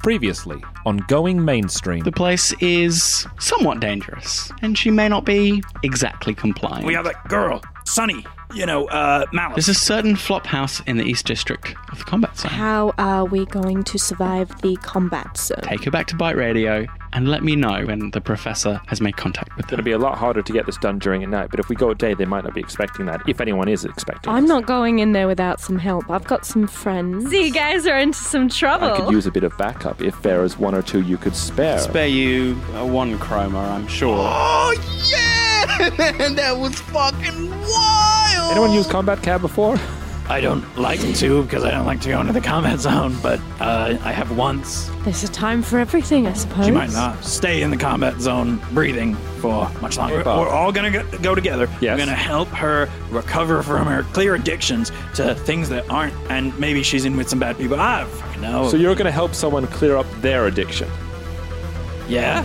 Previously on Going Mainstream. The place is somewhat dangerous, and she may not be exactly compliant. We have that girl, Sunny, you know, uh, Malice. There's a certain flop house in the East District of the combat zone. How are we going to survive the combat zone? Take her back to Bite Radio and let me know when the professor has made contact with It's going to her. be a lot harder to get this done during a night, but if we go at day, they might not be expecting that, if anyone is expecting I'm this. not going in there without some help. I've got some friends. You guys are into some trouble. I could use a bit of backup if there is one or two you could spare. Spare you uh, one chroma, I'm sure. Oh, yeah! that was fucking wild! Anyone used combat cab before? I don't like to because I don't like to go into the combat zone, but uh, I have once. There's a time for everything, I suppose. She might not stay in the combat zone breathing for much longer. We're, Bob. we're all gonna go, go together. Yes. We're gonna help her recover from her clear addictions to things that aren't, and maybe she's in with some bad people. I don't fucking know. So you're going to help someone clear up their addiction. yeah?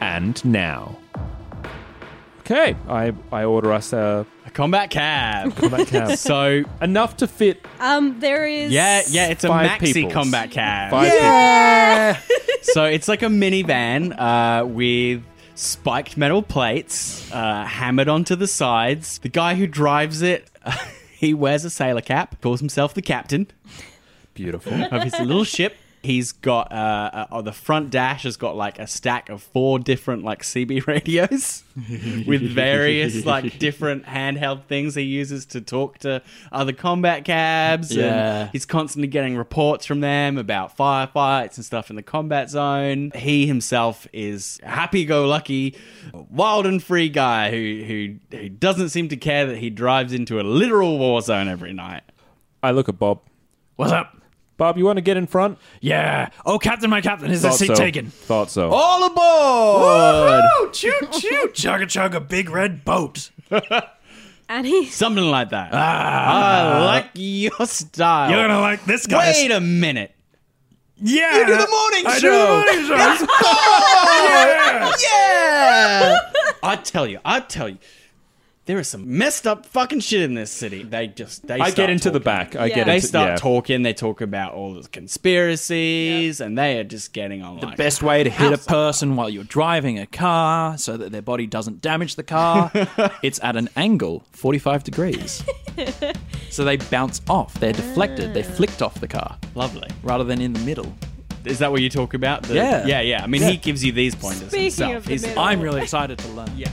And now. Okay, I, I order us a A combat cab. combat cab. so, Enough to fit Um, there is. yeah, yeah, it's a Five maxi peoples. combat cab. five so it's like a minivan uh, with spiked metal plates uh, hammered onto the sides. The guy who drives it, he wears a sailor cap, calls himself the captain people. Beautiful. of his little ship. He's got uh, uh, on the front dash has got like a stack of four different like CB radios with various like different handheld things he uses to talk to other combat cabs. and Yeah. he's constantly getting reports from them about firefights and stuff in the combat zone. He himself is a happy-go-lucky, wild and free guy who who who doesn't seem to care that he drives into a literal war zone every night. I look at Bob. What's up? Bob, you want to get in front? Yeah. Oh, Captain, my Captain, is the Thought seat so. taken? Thought so. All aboard! Woohoo! Choo choo! chugga chugga, big red boat. And he's Something like that. I like your style. Ah. Oh. You're gonna like this guy. Wait a minute. Yeah. do the morning I show. Do the morning show. yeah. Yeah! I tell you, I tell you, there is some messed up fucking shit in this city. They just they. I start get into the talking. back. I Yeah. get They into, start yeah. talking. They talk about all the conspiracies, and they are just getting on. The best way to hit a person while you're driving a car so that their body doesn't damage the car, it's at an angle 45 degrees. so they bounce off, they're deflected, they're flicked off the car Lovely. rather than in the middle. Is that what you talk about? The- Yeah. yeah, yeah. I mean, Yeah. he gives you these pointers Speaking himself. of the He's- middle. I'm really excited to learn. Yeah.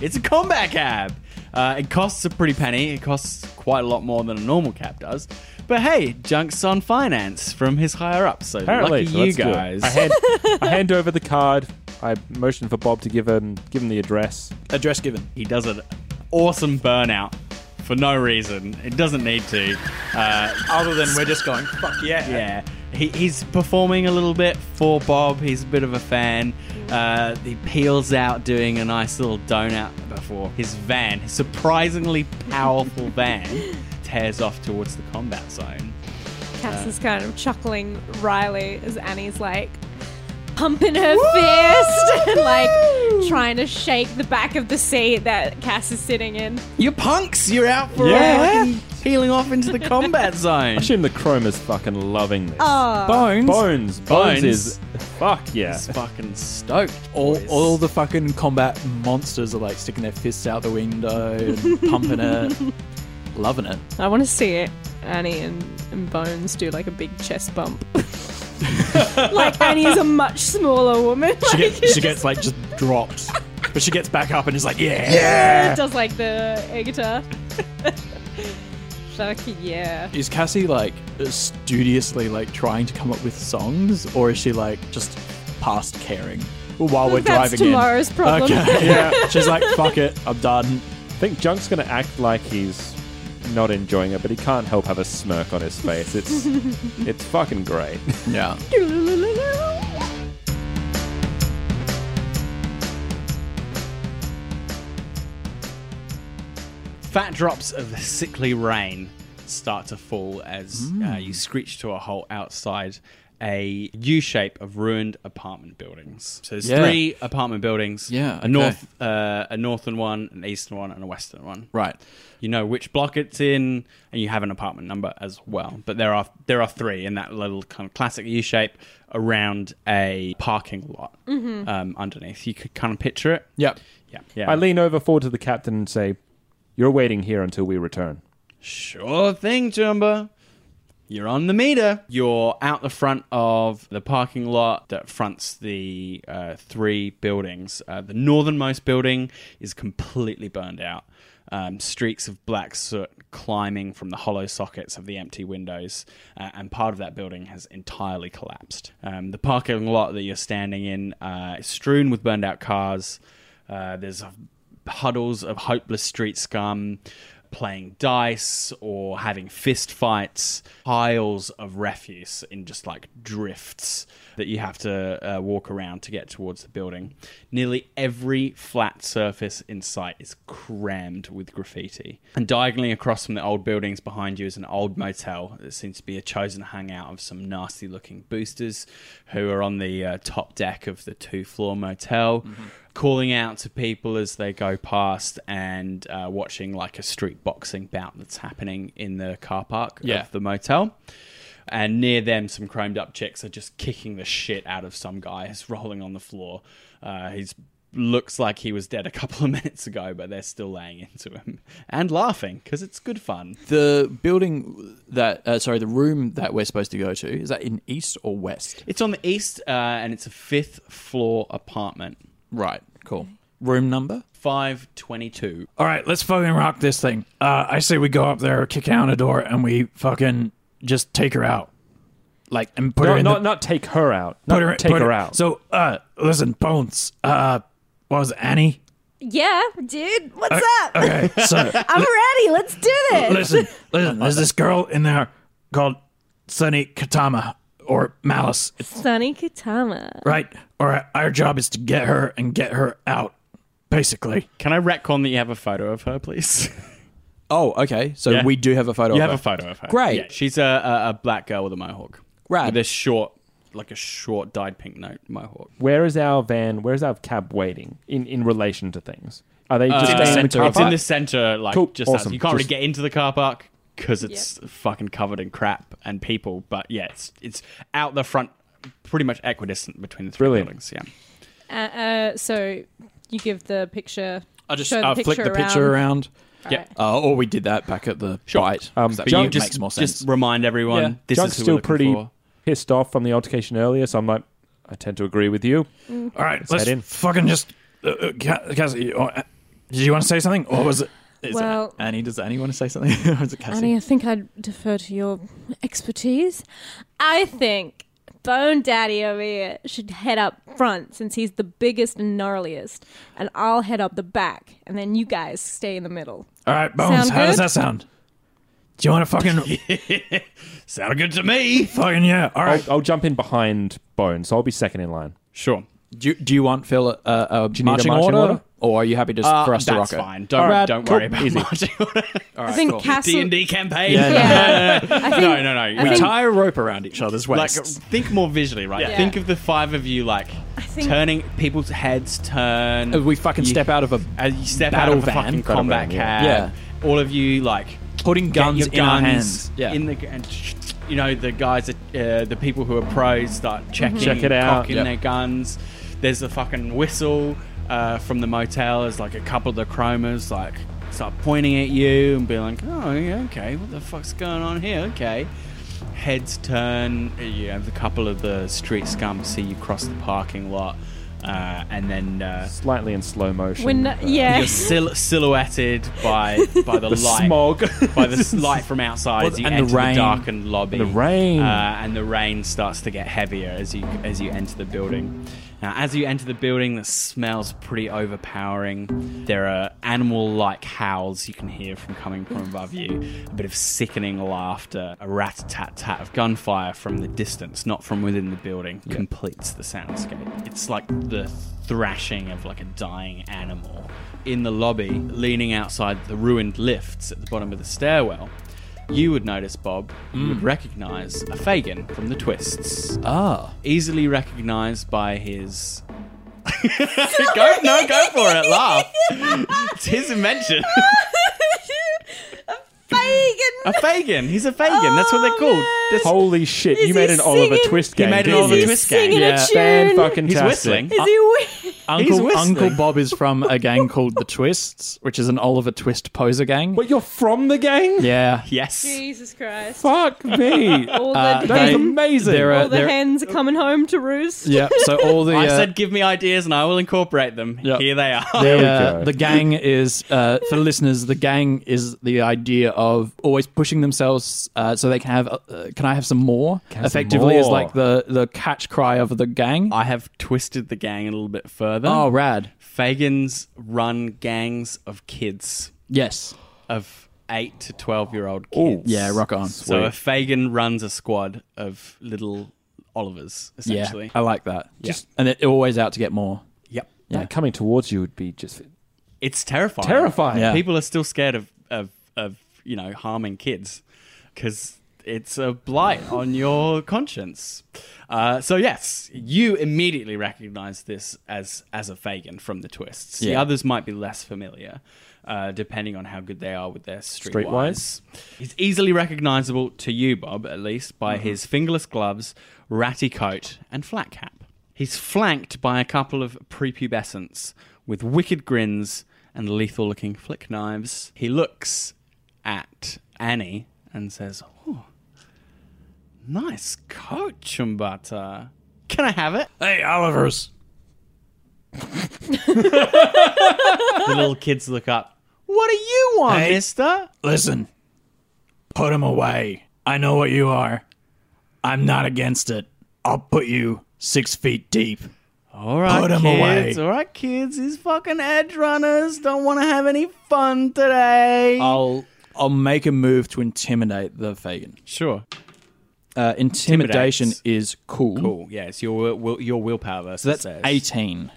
It's a combat cab. Uh, it costs a pretty penny. It costs quite a lot more than a normal cab does. But hey, Junk's on finance from his higher ups. So Apparently, lucky so you let's do it. guys. I hand, I hand over the card. I motion for Bob to give him give him the address. Address given. He does an awesome burnout for no reason. It doesn't need to. Uh, Other than we're just going, fuck yeah. yeah. He, he's performing a little bit for Bob. He's a bit of a fan. Uh, he peels out doing a nice little donut before his van, his surprisingly powerful van, tears off towards the combat zone. Cass is kind of chuckling Riley as Annie's like pumping her fist and like trying to shake the back of the seat that Cass is sitting in. You punks, you're out for yeah. peeling off into the combat zone. I assume the Chrome is fucking loving this. Oh. Uh, Bones. Bones, Bones, Bones. is fuck yeah. He's fucking stoked. All, boys. all the fucking combat monsters are like sticking their fists out the window and pumping it. Loving it. I want to see it. Annie and, and Bones do like a big chest bump. like Annie's a much smaller woman. She, Like, gets, she gets like just dropped. But she gets back up and is like, yeah. does like the air guitar. Fuck yeah. Is Cassie like studiously like trying to come up with songs or is she like just past caring? While Oh, we're That's driving tomorrow's in. problem. Okay, yeah. She's like, fuck it, I'm done. I think Junk's gonna act like he's not enjoying it, but he can't help have a smirk on his face. It's it's fucking great. Yeah. Fat drops of sickly rain start to fall as Hmm. uh, you screech to a halt outside a U shape of ruined apartment buildings. So there's Yeah. three apartment buildings. Yeah, a okay. north, uh, a northern one, an eastern one, and a western one. Right. You know which block it's in, and you have an apartment number as well. But there are there are three in that little kind of classic U shape around a parking lot um, underneath. You could kind of picture it. Yep. Yeah, yeah. I lean over forward to the captain and say, You're waiting here until we return. Sure thing, Jumba. You're on the meter. You're out the front of the parking lot that fronts the uh, three buildings. Uh, the northernmost building is completely burned out. Um, streaks of black soot climbing from the hollow sockets of the empty windows, uh, and part of that building has entirely collapsed. Um, the parking lot that you're standing in uh, is strewn with burned out cars. Uh, there's a huddles of hopeless street scum playing dice or having fist fights piles of refuse in just like drifts that you have to uh, walk around to get towards the building nearly every flat surface in sight is crammed with graffiti and diagonally across from the old buildings behind you is an old motel that seems to be a chosen hangout of some nasty looking boosters who are on the uh, top deck of the two floor motel calling out to people as they go past and uh, watching like a street boxing bout that's happening in the car park Yeah. of the motel. And near them, some chromed up chicks are just kicking the shit out of some guy who's rolling on the floor. Uh, he's looks like he was dead a couple of minutes ago, but they're still laying into him and laughing because it's good fun. The building that, uh, sorry, the room that we're supposed to go to, is that in east or west? It's on the east, uh, and it's a fifth floor apartment, Right, cool. Room number? five twenty two. All right, let's fucking rock this thing. Uh, I say we go up there, kick down a door, and we fucking just take her out. Like, and put her Not, in not, the, not take her out. Not put her, take put her out. So, uh, listen, Bones, uh, what was it, Annie? Yeah, dude. What's up? Okay, so, I'm ready. Let's do this. listen, listen, there's this girl in there called Sunny Katama, or Malice, Sunny Katama. right? Or our job is to get her and get her out, basically. Can I retcon that you have a photo of her, please? Oh, okay. So Yeah. we do have a photo You have a photo of her. Great. Yeah, she's a, a, a black girl with a mohawk. Rad. With a short, like a short dyed pink note mohawk. where is our van? Where is our cab waiting in, in relation to things? Are they Uh, just in staying the in the centre. car It's in park? the center, like Cool. just outside. Awesome. you can't Just- really get into the car park because it's fucking covered in crap and people. But yeah, it's it's out the front, pretty much equidistant between the three Brilliant. buildings. Yeah. Uh, uh, so you give the picture. I just show the uh, flick the picture around. yeah. Uh, or we did that back at the Sure. bite. Um, That but you makes just, more sense. Just remind everyone Yeah. this Junk's is who still we're looking pretty for. pissed off from the altercation earlier, so I'm like, I tend to agree with you. All right, let's let's head in. fucking just. Uh, uh, Ca- Cassie, or, uh, did you want to say something, or was it? Is it Well- Annie, does Annie want to say something? or is it Cassie? Annie, I think I'd defer to your expertise. I think Bone Daddy over here should head up front since he's the biggest and gnarliest, and I'll head up the back, and then you guys stay in the middle. All right, Bones, Sound how does good? that sound? Do you want to fucking. Sounded good to me. fucking yeah. All right. I'll, I'll jump in behind Bones, so I'll be second in line. Sure. Do, you- do you want, Phil, a, a, a need a marching, marching order, order? Or are you happy just Uh, for us to rock that's it? fine. Don't, All right, don't cool. worry about Easy. marching All I right, think cool. Castle. D&D campaign. Yeah, yeah. Yeah. I think, No, no, no. I We think- Tie a rope around each other's Like, waists. think more visually, right? Yeah. Think of the five of you, like, think- turning people's heads turn. Uh, we fucking You- step out of a As you step battle out of a van. fucking Battle combat van, cab. yeah. All of you, like, putting get guns your in our guns hands. Yeah. In the, and sh- you know, the guys, that, uh, the people who are pros Mm-hmm. start checking, Check it out. cocking Yep. their guns. There's the fucking whistle uh, from the motel. As like a couple of the chromas like start pointing at you and being like, "Oh, yeah, okay, what the fuck's going on here? Okay." Heads turn. uh, You have a couple of the street scum see you cross the parking lot, uh, and then uh, Slightly in slow motion. When, but- yeah. you're sil- silhouetted by by the, The light, smog. by the s- light from outside. Well, as you and the enter the, rain. darkened lobby, The rain. uh, and the rain starts to get heavier as you as you enter the building. Now, as you enter the building, the smell's pretty overpowering. There are animal-like howls you can hear from coming from above you. A bit of sickening laughter, a rat-tat-tat of gunfire from the distance, not from within the building, completes the soundscape. It's like the thrashing of like a dying animal. In the lobby, leaning outside the ruined lifts at the bottom of the stairwell, you would notice, Bob, you Mm. would recognize a Fagin from the Twists. ah. Easily recognized by his. go, no, go for it, laugh. It's his invention. a Fagin. a Fagin. He's a Fagin. That's what Oh, they're called. This- Holy shit, Is you made he an Oliver singing? Twist He game. made an didn't Oliver you? Twist game. Singing a Yeah, tune. Fan fucking He's tastic. whistling. Is he weird? Uncle whistling. Uncle Bob is from a gang called the Twists, which is an Oliver Twist poser gang. But you're from the gang? Yeah. Yes. Jesus Christ. Fuck me. All the, Uh, That is They- amazing. They're, uh, all the they're- hens are coming home to roost. yeah. So all the I uh, said, give me ideas and I will incorporate them. Yep. Here they are. the, we uh, go. the gang is uh, for the listeners. The gang is the idea of always pushing themselves uh, so they can have. Uh, uh, can I have some more? have some Effectively, is more. like the the catch cry of the gang. I have twisted the gang a little bit further. oh, rad! Fagins run gangs of kids, Yes. of 8 to 12 year old kids. Yeah. Rock on. So a Fagin runs a squad of little Olivers, Yeah. Uh, essentially. I like that. Just- and they're always out to get more. Yep. That Yeah. coming towards you would be just It's terrifying. terrifying. Yeah. People are still scared of, of, of you know, harming kids because it's a blight on your conscience. Uh, so, yes, you immediately recognize this as, as a Fagin from the twists. The Yeah. others might be less familiar. Uh, depending on how good they are with their Streetwise? streetwise. He's easily recognizable to you, Bob, at least, by his fingerless gloves, ratty coat, and flat cap. He's flanked by a couple of prepubescents with wicked grins and lethal looking flick knives. He looks at Annie and says, Oh, nice coat, Chumbata. Can I have it? Hey, Olivers. The little kids look up. What do you want, Hey. mister? Listen, put him away. I know what you are. I'm not against it. I'll put you six feet deep. All right, Put 'em kids. away. All right, kids. These fucking edge runners don't want to have any fun today. I'll I'll make a move to intimidate the Fagin. sure. Uh, intimidation Intimidates. is cool. Cool. Yeah, it's your will, will- your willpower versus So that's theirs. eighteen.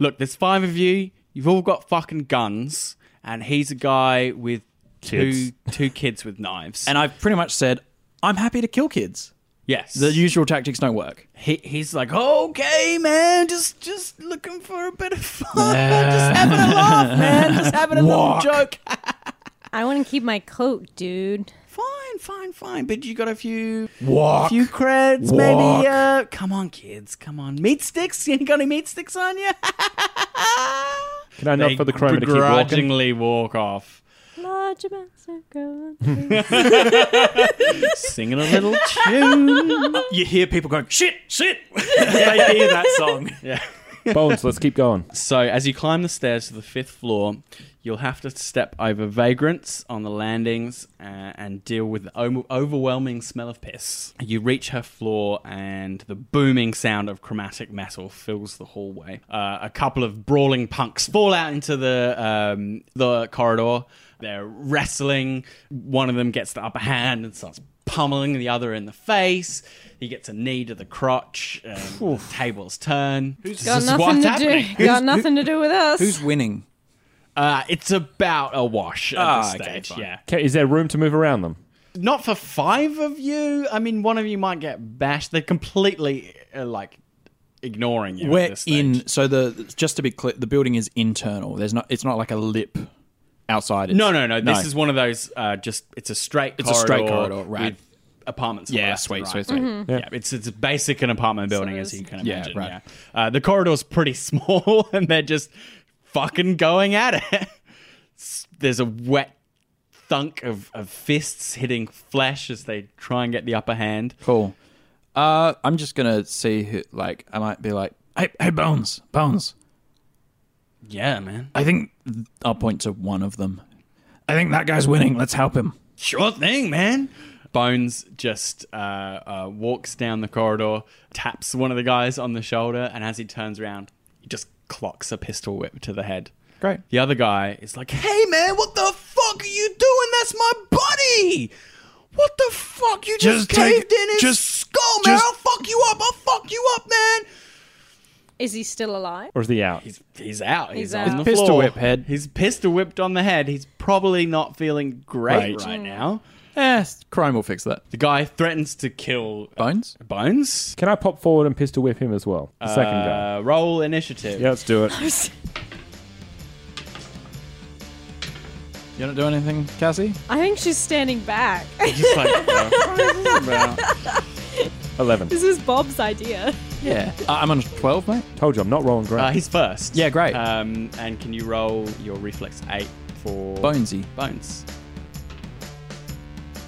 Look, there's five of you. You've all got fucking guns, and he's a guy with two Kids. two kids with knives. And I've pretty much said I'm happy to kill kids. yes, The usual tactics don't work. he, he's like, okay, man, just just looking for a bit of fun, just having a laugh, man, just having a Walk. little joke. I want to keep my coat, dude. Fine, fine, fine. But you got a few Walk. few creds, Walk. maybe. Uh, come on, kids, come on. Meat sticks? You got any meat sticks on you? Can I not for the chroma to keep walking? begrudgingly walk off, Large amounts of gold. singing a little tune. You hear people going shit, shit. they hear that song. Bones, let's keep going. So, as you climb the stairs to the fifth floor, You'll have to step over vagrants on the landings uh, and deal with the o- overwhelming smell of piss. You reach her floor, and the booming sound of chromatic metal fills the hallway. Uh, a couple of brawling punks fall out into the um, the corridor. They're wrestling. One of them gets the upper hand and starts pummeling the other in the face. He gets a knee to the crotch. And the tables turn. Got This is what's nothing to happening. do. Got nothing to do with us. Who's winning? Uh, it's about a wash at Ah, this okay, stage. fine. yeah, Okay, is there room to move around them? not for five of you. I mean, one of you might get bashed. They're completely uh, like ignoring you. at We're this stage. in. So the just to be clear, the building is internal. There's not. It's not like a lip outside. It's, No, no, no. This is one of those. Uh, just it's a straight. It's a corridor straight corridor, right. With apartments. on the Yeah, left and sweet, right. sweet, sweet. Yeah. it's it's basic an apartment building as it's- you can Yeah, imagine. Yeah, right. Uh, the corridor's pretty small, and they're just fucking going at it. It's- There's a wet thunk of, of fists hitting flesh as they try and get the upper hand. Cool. Uh, I'm just gonna see who. Like, I might be like, hey, hey, Bones, Bones. Yeah, man. I think I'll point to one of them. I think that guy's winning. Let's help him. Sure thing, man. Bones just uh, uh, walks down the corridor, taps one of the guys on the shoulder, and as he turns around, he just clocks a pistol whip to the head. Great. The other guy is like, "Hey, man, what the fuck are you doing? That's my buddy. What the fuck? You just, Just take- caved in his just- skull, man. just- I'll fuck you up. I'll fuck you up, man." Is he still alive? Or is he out? He's he's out. He's, He's on out. the Pistol floor. whip head. He's pistol whipped on the head. He's probably not feeling great Right. right now. Eh, crime will fix that. The guy threatens to kill Bones. Bones. Can I pop forward and pistol whip him as well? The second guy. Uh, roll initiative. Yeah, let's do it. You're not doing anything, Cassie. I think she's standing back. Just like, uh, Eleven. this was Bob's idea. Yeah. Uh, I'm on twelve, mate. Told you, I'm not rolling great. uh, he's first. Yeah, great. Um, and can you roll your reflex eight for Bonesy. Bones.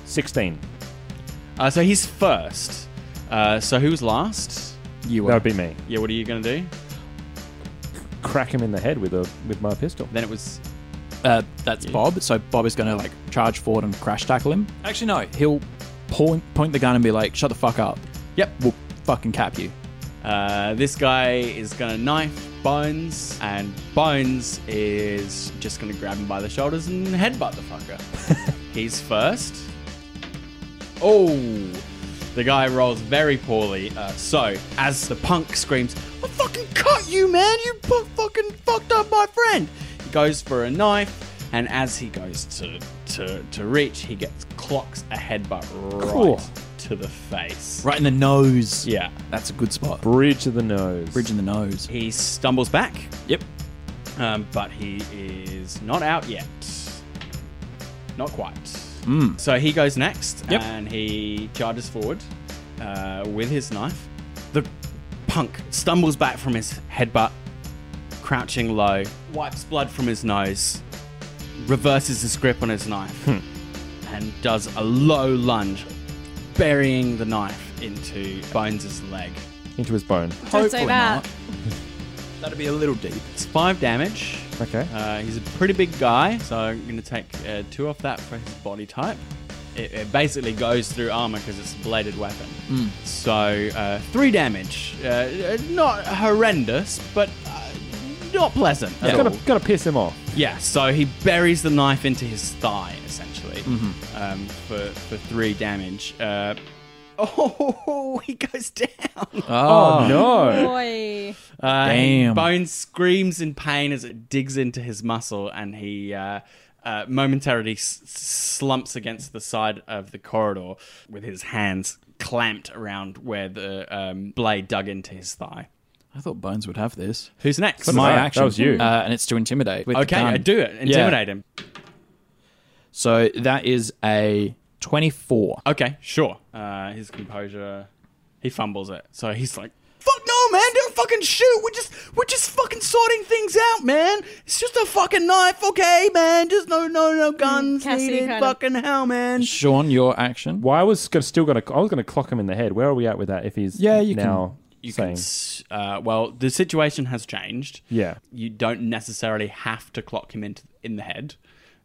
Sixteen. Uh, so he's first. Uh, so who's last? You That are. would be me. Yeah, what are you gonna do? Crack him in the head with a with my pistol. Then it was Uh, that's Bob. So Bob is going to like charge forward and crash tackle him. Actually, no. He'll point point the gun and be like, "Shut the fuck up." Yep. We'll fucking cap you. Uh, this guy is gonna knife Bones, and Bones is just gonna grab him by the shoulders and headbutt the fucker. He's first. Oh, the guy rolls very poorly. Uh, so as the punk screams, "I fucking cut you, man! You pu- fucking fucked up my friend!" He goes for a knife, and as he goes to to to reach, he gets clocks a headbutt right Cool. to the face. Right in the nose. Yeah. That's a good spot. Bridge of the nose. Bridge in the nose. He stumbles back, Yep. um, but he is not out yet. Not quite. So he goes next, Hmm. Yep. and he charges forward uh, with his knife. The punk stumbles back from his headbutt, crouching low, wipes blood from his nose, reverses his grip on his knife, Hmm. and does a low lunge, burying the knife into Bones' leg. into his bone. Don't say Hopefully that. not. That'd be a little deep. It's five damage. Okay. Uh, he's a pretty big guy, so I'm going to take uh, two off that for his body type. It, it basically goes through armor because it's a bladed weapon. Hmm. So uh, three damage. Uh, Uh, not horrendous, but uh, not pleasant at all. Gotta, gotta piss him off. Yeah, so he buries the knife into his thigh, essentially, Mm-hmm. um, for, for three damage. Uh, oh, he goes down. Oh, no. Boy. Uh, Damn. Bone screams in pain as it digs into his muscle, and he uh, uh, momentarily s- slumps against the side of the corridor with his hands clamped around where the um, blade dug into his thigh. I thought Bones would have this. Who's next? It's my that? action. That was you. Uh, and it's to intimidate. with the Okay, gun. I do it. Intimidate him. So that is a 24. Okay, sure. Uh, his composure, he fumbles it, so he's like, "Fuck no, man! Don't fucking shoot. We're just we're just fucking sorting things out, man. It's just a fucking knife, okay, man. Just no no no guns Cassie needed. kind of- Fucking hell, man." Sean, your action. Well, I was gonna, still gonna. I was gonna clock him in the head. Where are we at with that? If he's Yeah, you now you saying? can. s- Uh, well, the situation has changed. Yeah. you don't necessarily have to clock him in in the head.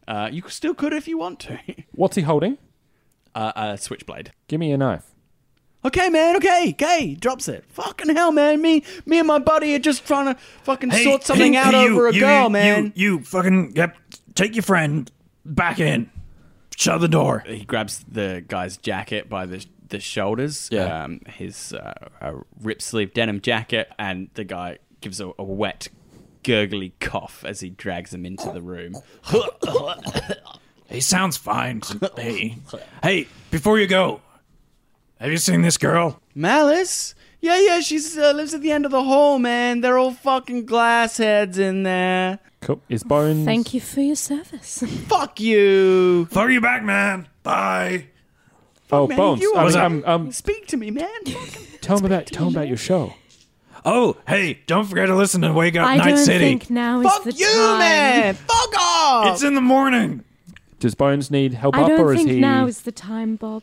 Uh, you still could if you want to. What's he holding? Uh, a switchblade. Give me a knife. Okay, man. Okay, okay. Drops it. Fucking hell, man. Me, me and my buddy are just trying to fucking sort something hey, out you- over a you- girl, you- man. You, fucking yep, take your friend back in. Shut the door. He grabs the guy's jacket by the the shoulders. Yeah. Um, his uh, uh, rip sleeve denim jacket, and the guy gives a, a wet, gurgly cough as he drags him into the room. He sounds fine to me. hey, before you go, have you seen this girl? Malice? Yeah, yeah, she uh, lives at the end of the hall, man. They're all fucking glass heads in there. Cool. Is bones? Thank you for your service. Fuck you. Throw you back, man. Bye. Oh, man, bones. you I are- mean, um, um, Speak to me, man. tell him about tell him about your show. Oh, hey, don't forget to listen to Wake Up I Night don't City. think now is Fuck the you, time. man. Fuck off. it's in the morning. Does bones need help I up, or don't is think he? now is the time, Bob.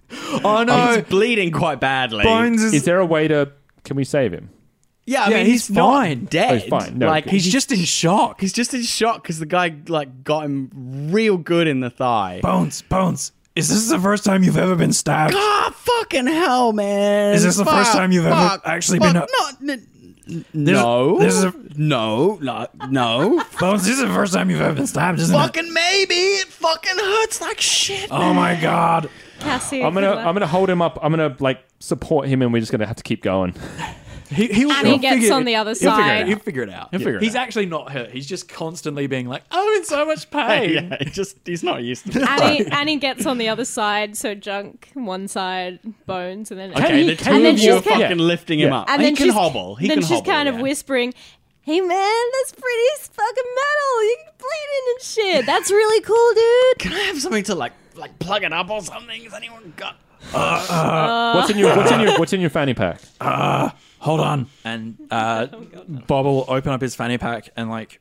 Oh he's bleeding quite badly. Bones is, Is there a way to? Can we save him? Yeah, I Yeah, mean, he's he's, not fine. dead. Oh, he's fine. No, like, good. he's just in shock. he's just in shock because the guy, like, got him real good in the thigh. Bones, Bones, is this the first time you've ever been stabbed? Ah, fucking hell, man. Is this the first time you've ever actually been fuck, No, n- n- no. this is a- no, no, no. Bones, this is the first time you've ever been stabbed, isn't it? fucking maybe. It fucking hurts like shit. Oh my god. Cassie, I'm gonna good luck. I'm gonna hold him up. I'm gonna like support him, and we're just gonna have to keep going. He, he, And he gets on the other He'll figure side. it out. He'll figure it out. figure it He's out. actually not hurt. He's just constantly being like, "Oh, I'm in so much pain. Yeah, it just he's not used to it. Annie, Annie gets on the other side, so junk one side, bones, and then Okay, the Annie, two and then of you she's are kind fucking of- lifting him up. and he then can she's- hobble. He then can she's hobble, kind yeah. of whispering, "Hey man, that's pretty as fucking metal. You can bleed in and shit. That's really cool, dude." Can I have something to like like plug it up or something? Has anyone got what's in your What's in your What's in your fanny pack? Hold on. And uh, Bob will open up his fanny pack and like,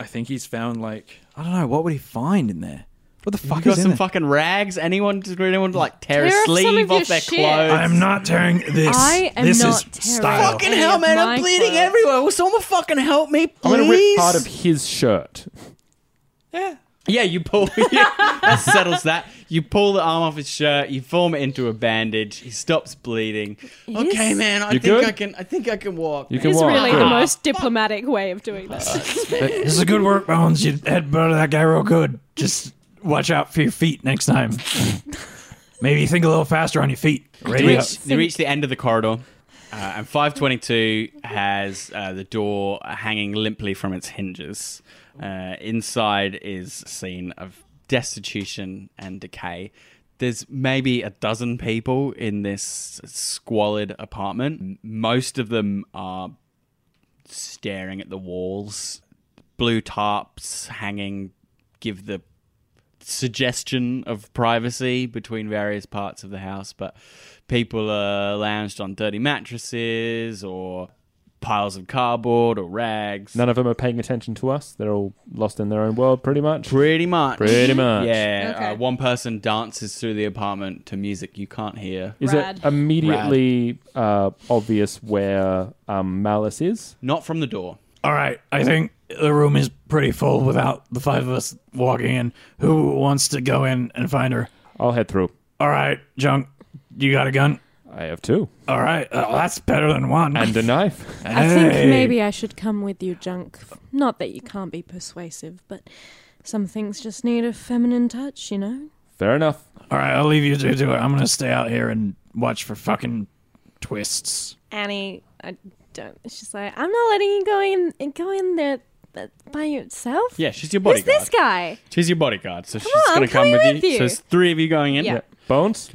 I think he's found like, I don't know, what would he find in there? What the fuck You is got in some there? fucking rags? Anyone? Did anyone like tear, a Tear off some sleeve of off your their shit. clothes? I'm not tearing this. I am this not is tearing style. Fucking Any hell, of man, I'm my bleeding clothes. everywhere. Will someone fucking help me, please? I'm gonna rip part of his shirt. Yeah, you pull. Yeah, that settles that. You pull the arm off his shirt. You form it into a bandage. He stops bleeding. okay, man. I You think good? I can. I think I can Uh, walk. You can It's walk. really Good. the most diplomatic way of doing this. This is good work, Bones. You headbutted that guy real good. Just watch out for your feet next time. Maybe think a little faster on your feet. They Ready up. reach, they reach the end of the corridor, uh, and 522 has uh, the door hanging limply from its hinges. Uh, inside is a scene of destitution and decay. There's maybe a dozen people in this squalid apartment. Most of them are staring at the walls. Blue tarps hanging give the suggestion of privacy between various parts of the house, but people are lounged on dirty mattresses or piles of cardboard or rags. None of them are paying attention to us. They're all lost in their own world, pretty much. Pretty much. Pretty much. Yeah. Uh, one person dances through the apartment to music you can't hear. Is it immediately uh, obvious where um, Malice is? Not from the door. All right, I think the room is pretty full without the five of us walking in. Who wants to go in and find her? I'll head through. All right, Junk, you got a gun? I have two. All right, uh, that's better than one. And a knife. I think maybe I should come with you, Junk. Not that you can't be persuasive, but some things just need a feminine touch, you know? Fair enough. All right, I'll leave you two to it. I'm gonna stay out here and watch for fucking twists. Annie, I don't. She's like, I'm not letting you go in go in there th- by yourself. Yeah, she's your Who's bodyguard. this guy? She's your bodyguard, so on, she's I'm going to come coming with you. with you. So it's three of you going in. Yeah. Yeah. Bones?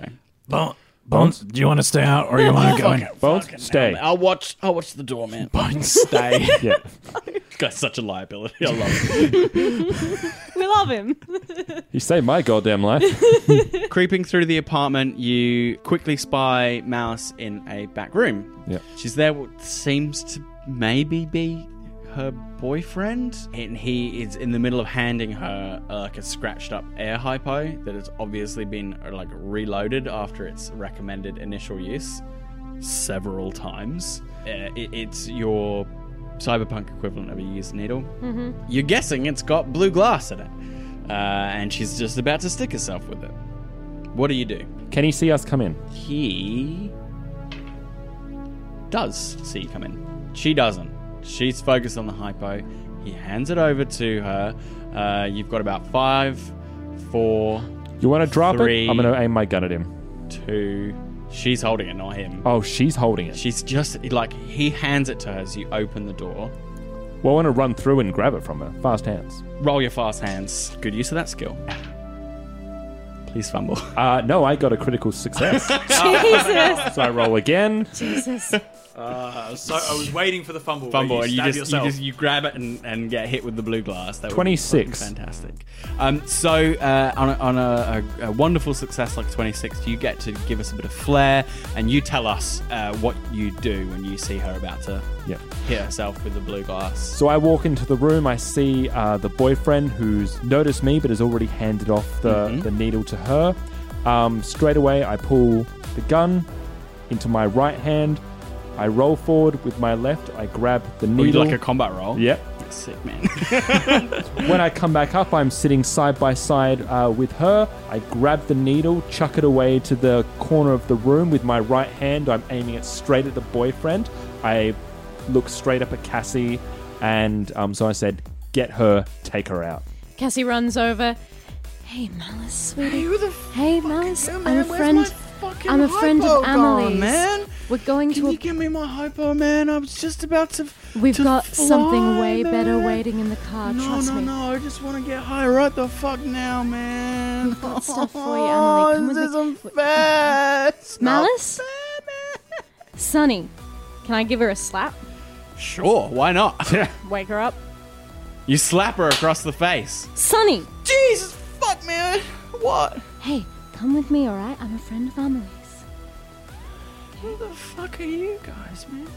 Bone, Bones, do you want to stay out or you want to go in? Bones, stay. I'll watch. I'll watch the door, man. Bones, stay. yeah. This guy's such a liability. I love it. We love him. You saved my goddamn life. Creeping through the apartment, you quickly spy Mouse in a back room. Yeah. She's there. What seems to maybe be her boyfriend, and he is in the middle of handing her uh, like a scratched up air hypo that has obviously been uh, like reloaded after its recommended initial use several times. Uh, it, it's your cyberpunk equivalent of a used needle. Mm-hmm. You're guessing it's got blue glass in it, uh, and she's just about to stick herself with it. What do you do? Can he see us come in? He does see you come in. She doesn't. She's focused on the hypo. He hands it over to her. Uh, you've got about five, four, You want to drop Three. it? I'm going to aim my gun at him. two. She's holding it, not him. Oh, she's holding it. She's just like he hands it to her as you open the door. Well, I want to run through and grab it from her. Fast hands. Roll your fast hands. Good use of that skill. Please fumble. Uh, no, I got a critical success. Jesus. So I roll again. Jesus. so I was waiting for the fumble. Fumble, and you just, you just you grab it and, and get hit with the blue glass. That would be 26. fucking fantastic. Um, so uh, on, a, on a, a, a wonderful success like twenty six, you get to give us a bit of flair, and you tell us uh, what you do when you see her about to Yeah. hit herself with the blue glass. So I walk into the room. I see uh, the boyfriend who's noticed me but has already handed off the, Mm-hmm. the needle to her. Um, straight away, I pull the gun into my right hand. I roll forward with my left. I grab the Or you do needle. like a combat roll. yep. Sick man. When I come back up, I'm sitting side by side uh, with her. I grab the needle, chuck it away to the corner of the room with my right hand. I'm aiming it straight at the boyfriend. I look straight up at Cassie, and um, so I said, "Get her, take her out." Cassie runs over. Hey, Malice, sweetie. Hey, Malice, I'm a friend. I'm a friend of Amelie's. We're going to. A, give me my hypo, man? I was just about to. we've to got something fly, way better man. waiting in the car. No, trust no, me. no! I just want to get high right the fuck now, man. We've got stuff for you, Emily. Come with this me. is fast. Malice? Not Sunny, can I give her a slap? bad. Sure, why not? Wake her up. you slap her across the face. Sunny, Jesus fuck, man! What? hey, come with me, all right? I'm a friend of Amelie's. Who the fuck are you guys, man?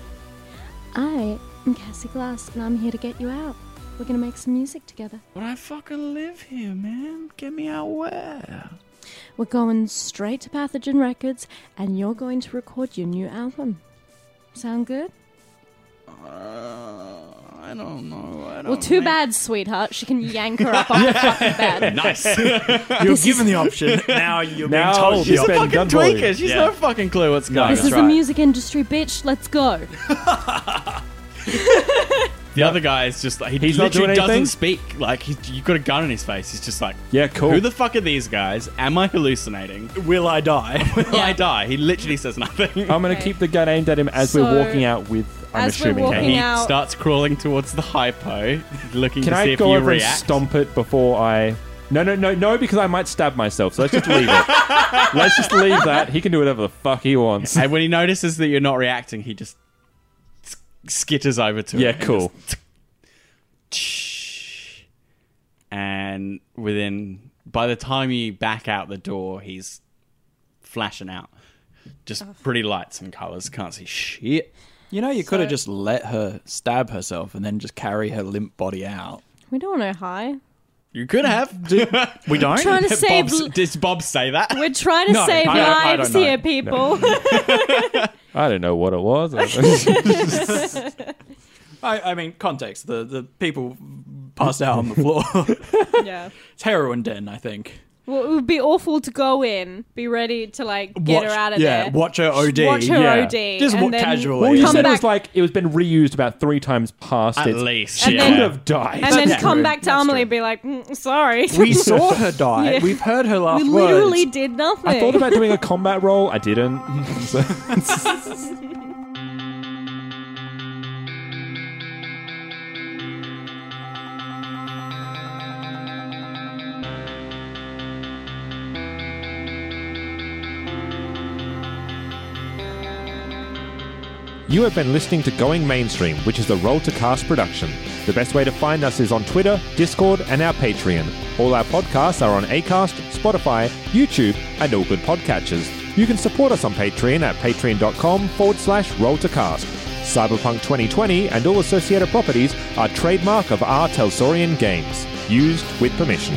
I am Cassie Glass, and I'm here to get you out. We're gonna make some music together. But I fucking live here, man. Get me out where? We're going straight to Pathogen Records, and you're going to record your new album. Sound good? Uh, I don't know. I don't Well, too bad, sweetheart. She can yank her up off the fucking bed. Nice. You're given the option. Now you're Now being told. she's the She's a option. been fucking done for you. tweaker. She's Yeah. no fucking clue what's going on. This is the music industry, bitch. Let's go. The other guy is just like he He's not literally doing anything? doesn't speak. Like he, you got a gun in his face. He's just like, Yeah, cool. Who the fuck are these guys? Am I hallucinating? Will I die? Will I die? He literally says nothing. I'm going to keep the gun aimed at him as So, we're walking out with. I'm as we're assuming. walking he him. out- starts crawling towards the hypo, looking Can to see I if go you over and react. stomp it before I? No, no, no, no, because I might stab myself. So let's just leave it. let's just leave that. He can do whatever the fuck he wants. And when he notices that you're not reacting, he just sk- skitters over to Yeah, it and cool. just tsk- And within, by the time you back out the door, he's flashing out. Just pretty lights and colors. Can't see shit. You know, you could have just let her stab herself and then just carry her limp body out. We don't know high. You could have. we don't. Trying to save Bob's- l- Does Bob say that? We're trying to No, save I don't- I don't lives know. here, people. I don't know what it was. I, I mean, context. The the people passed out on the floor. yeah. it's heroin den, I think. Well, it would be awful to go in, be ready to like get Watch- her out of yeah, there. watch her Just OD, Watch her yeah. OD. Just and walk then casually. well, you come said it back was like it was been reused about three times past At its- least, She yeah. could have died. And then That's come true. back to Amelie and be like, mm, sorry. We saw her die. Yeah. We've heard her last We words. literally did nothing. I thought about doing a combat role. I didn't. So- You have been listening to Going Mainstream, which is a Roll to Cast production. The best way to find us is on Twitter, Discord, and our Patreon. All our podcasts are on Acast, Spotify, YouTube, and all good podcatchers. You can support us on Patreon at patreon.com forward slash roll to cast. Cyberpunk 2020 and all associated properties are trademark of R. Telsorian Games, used with permission.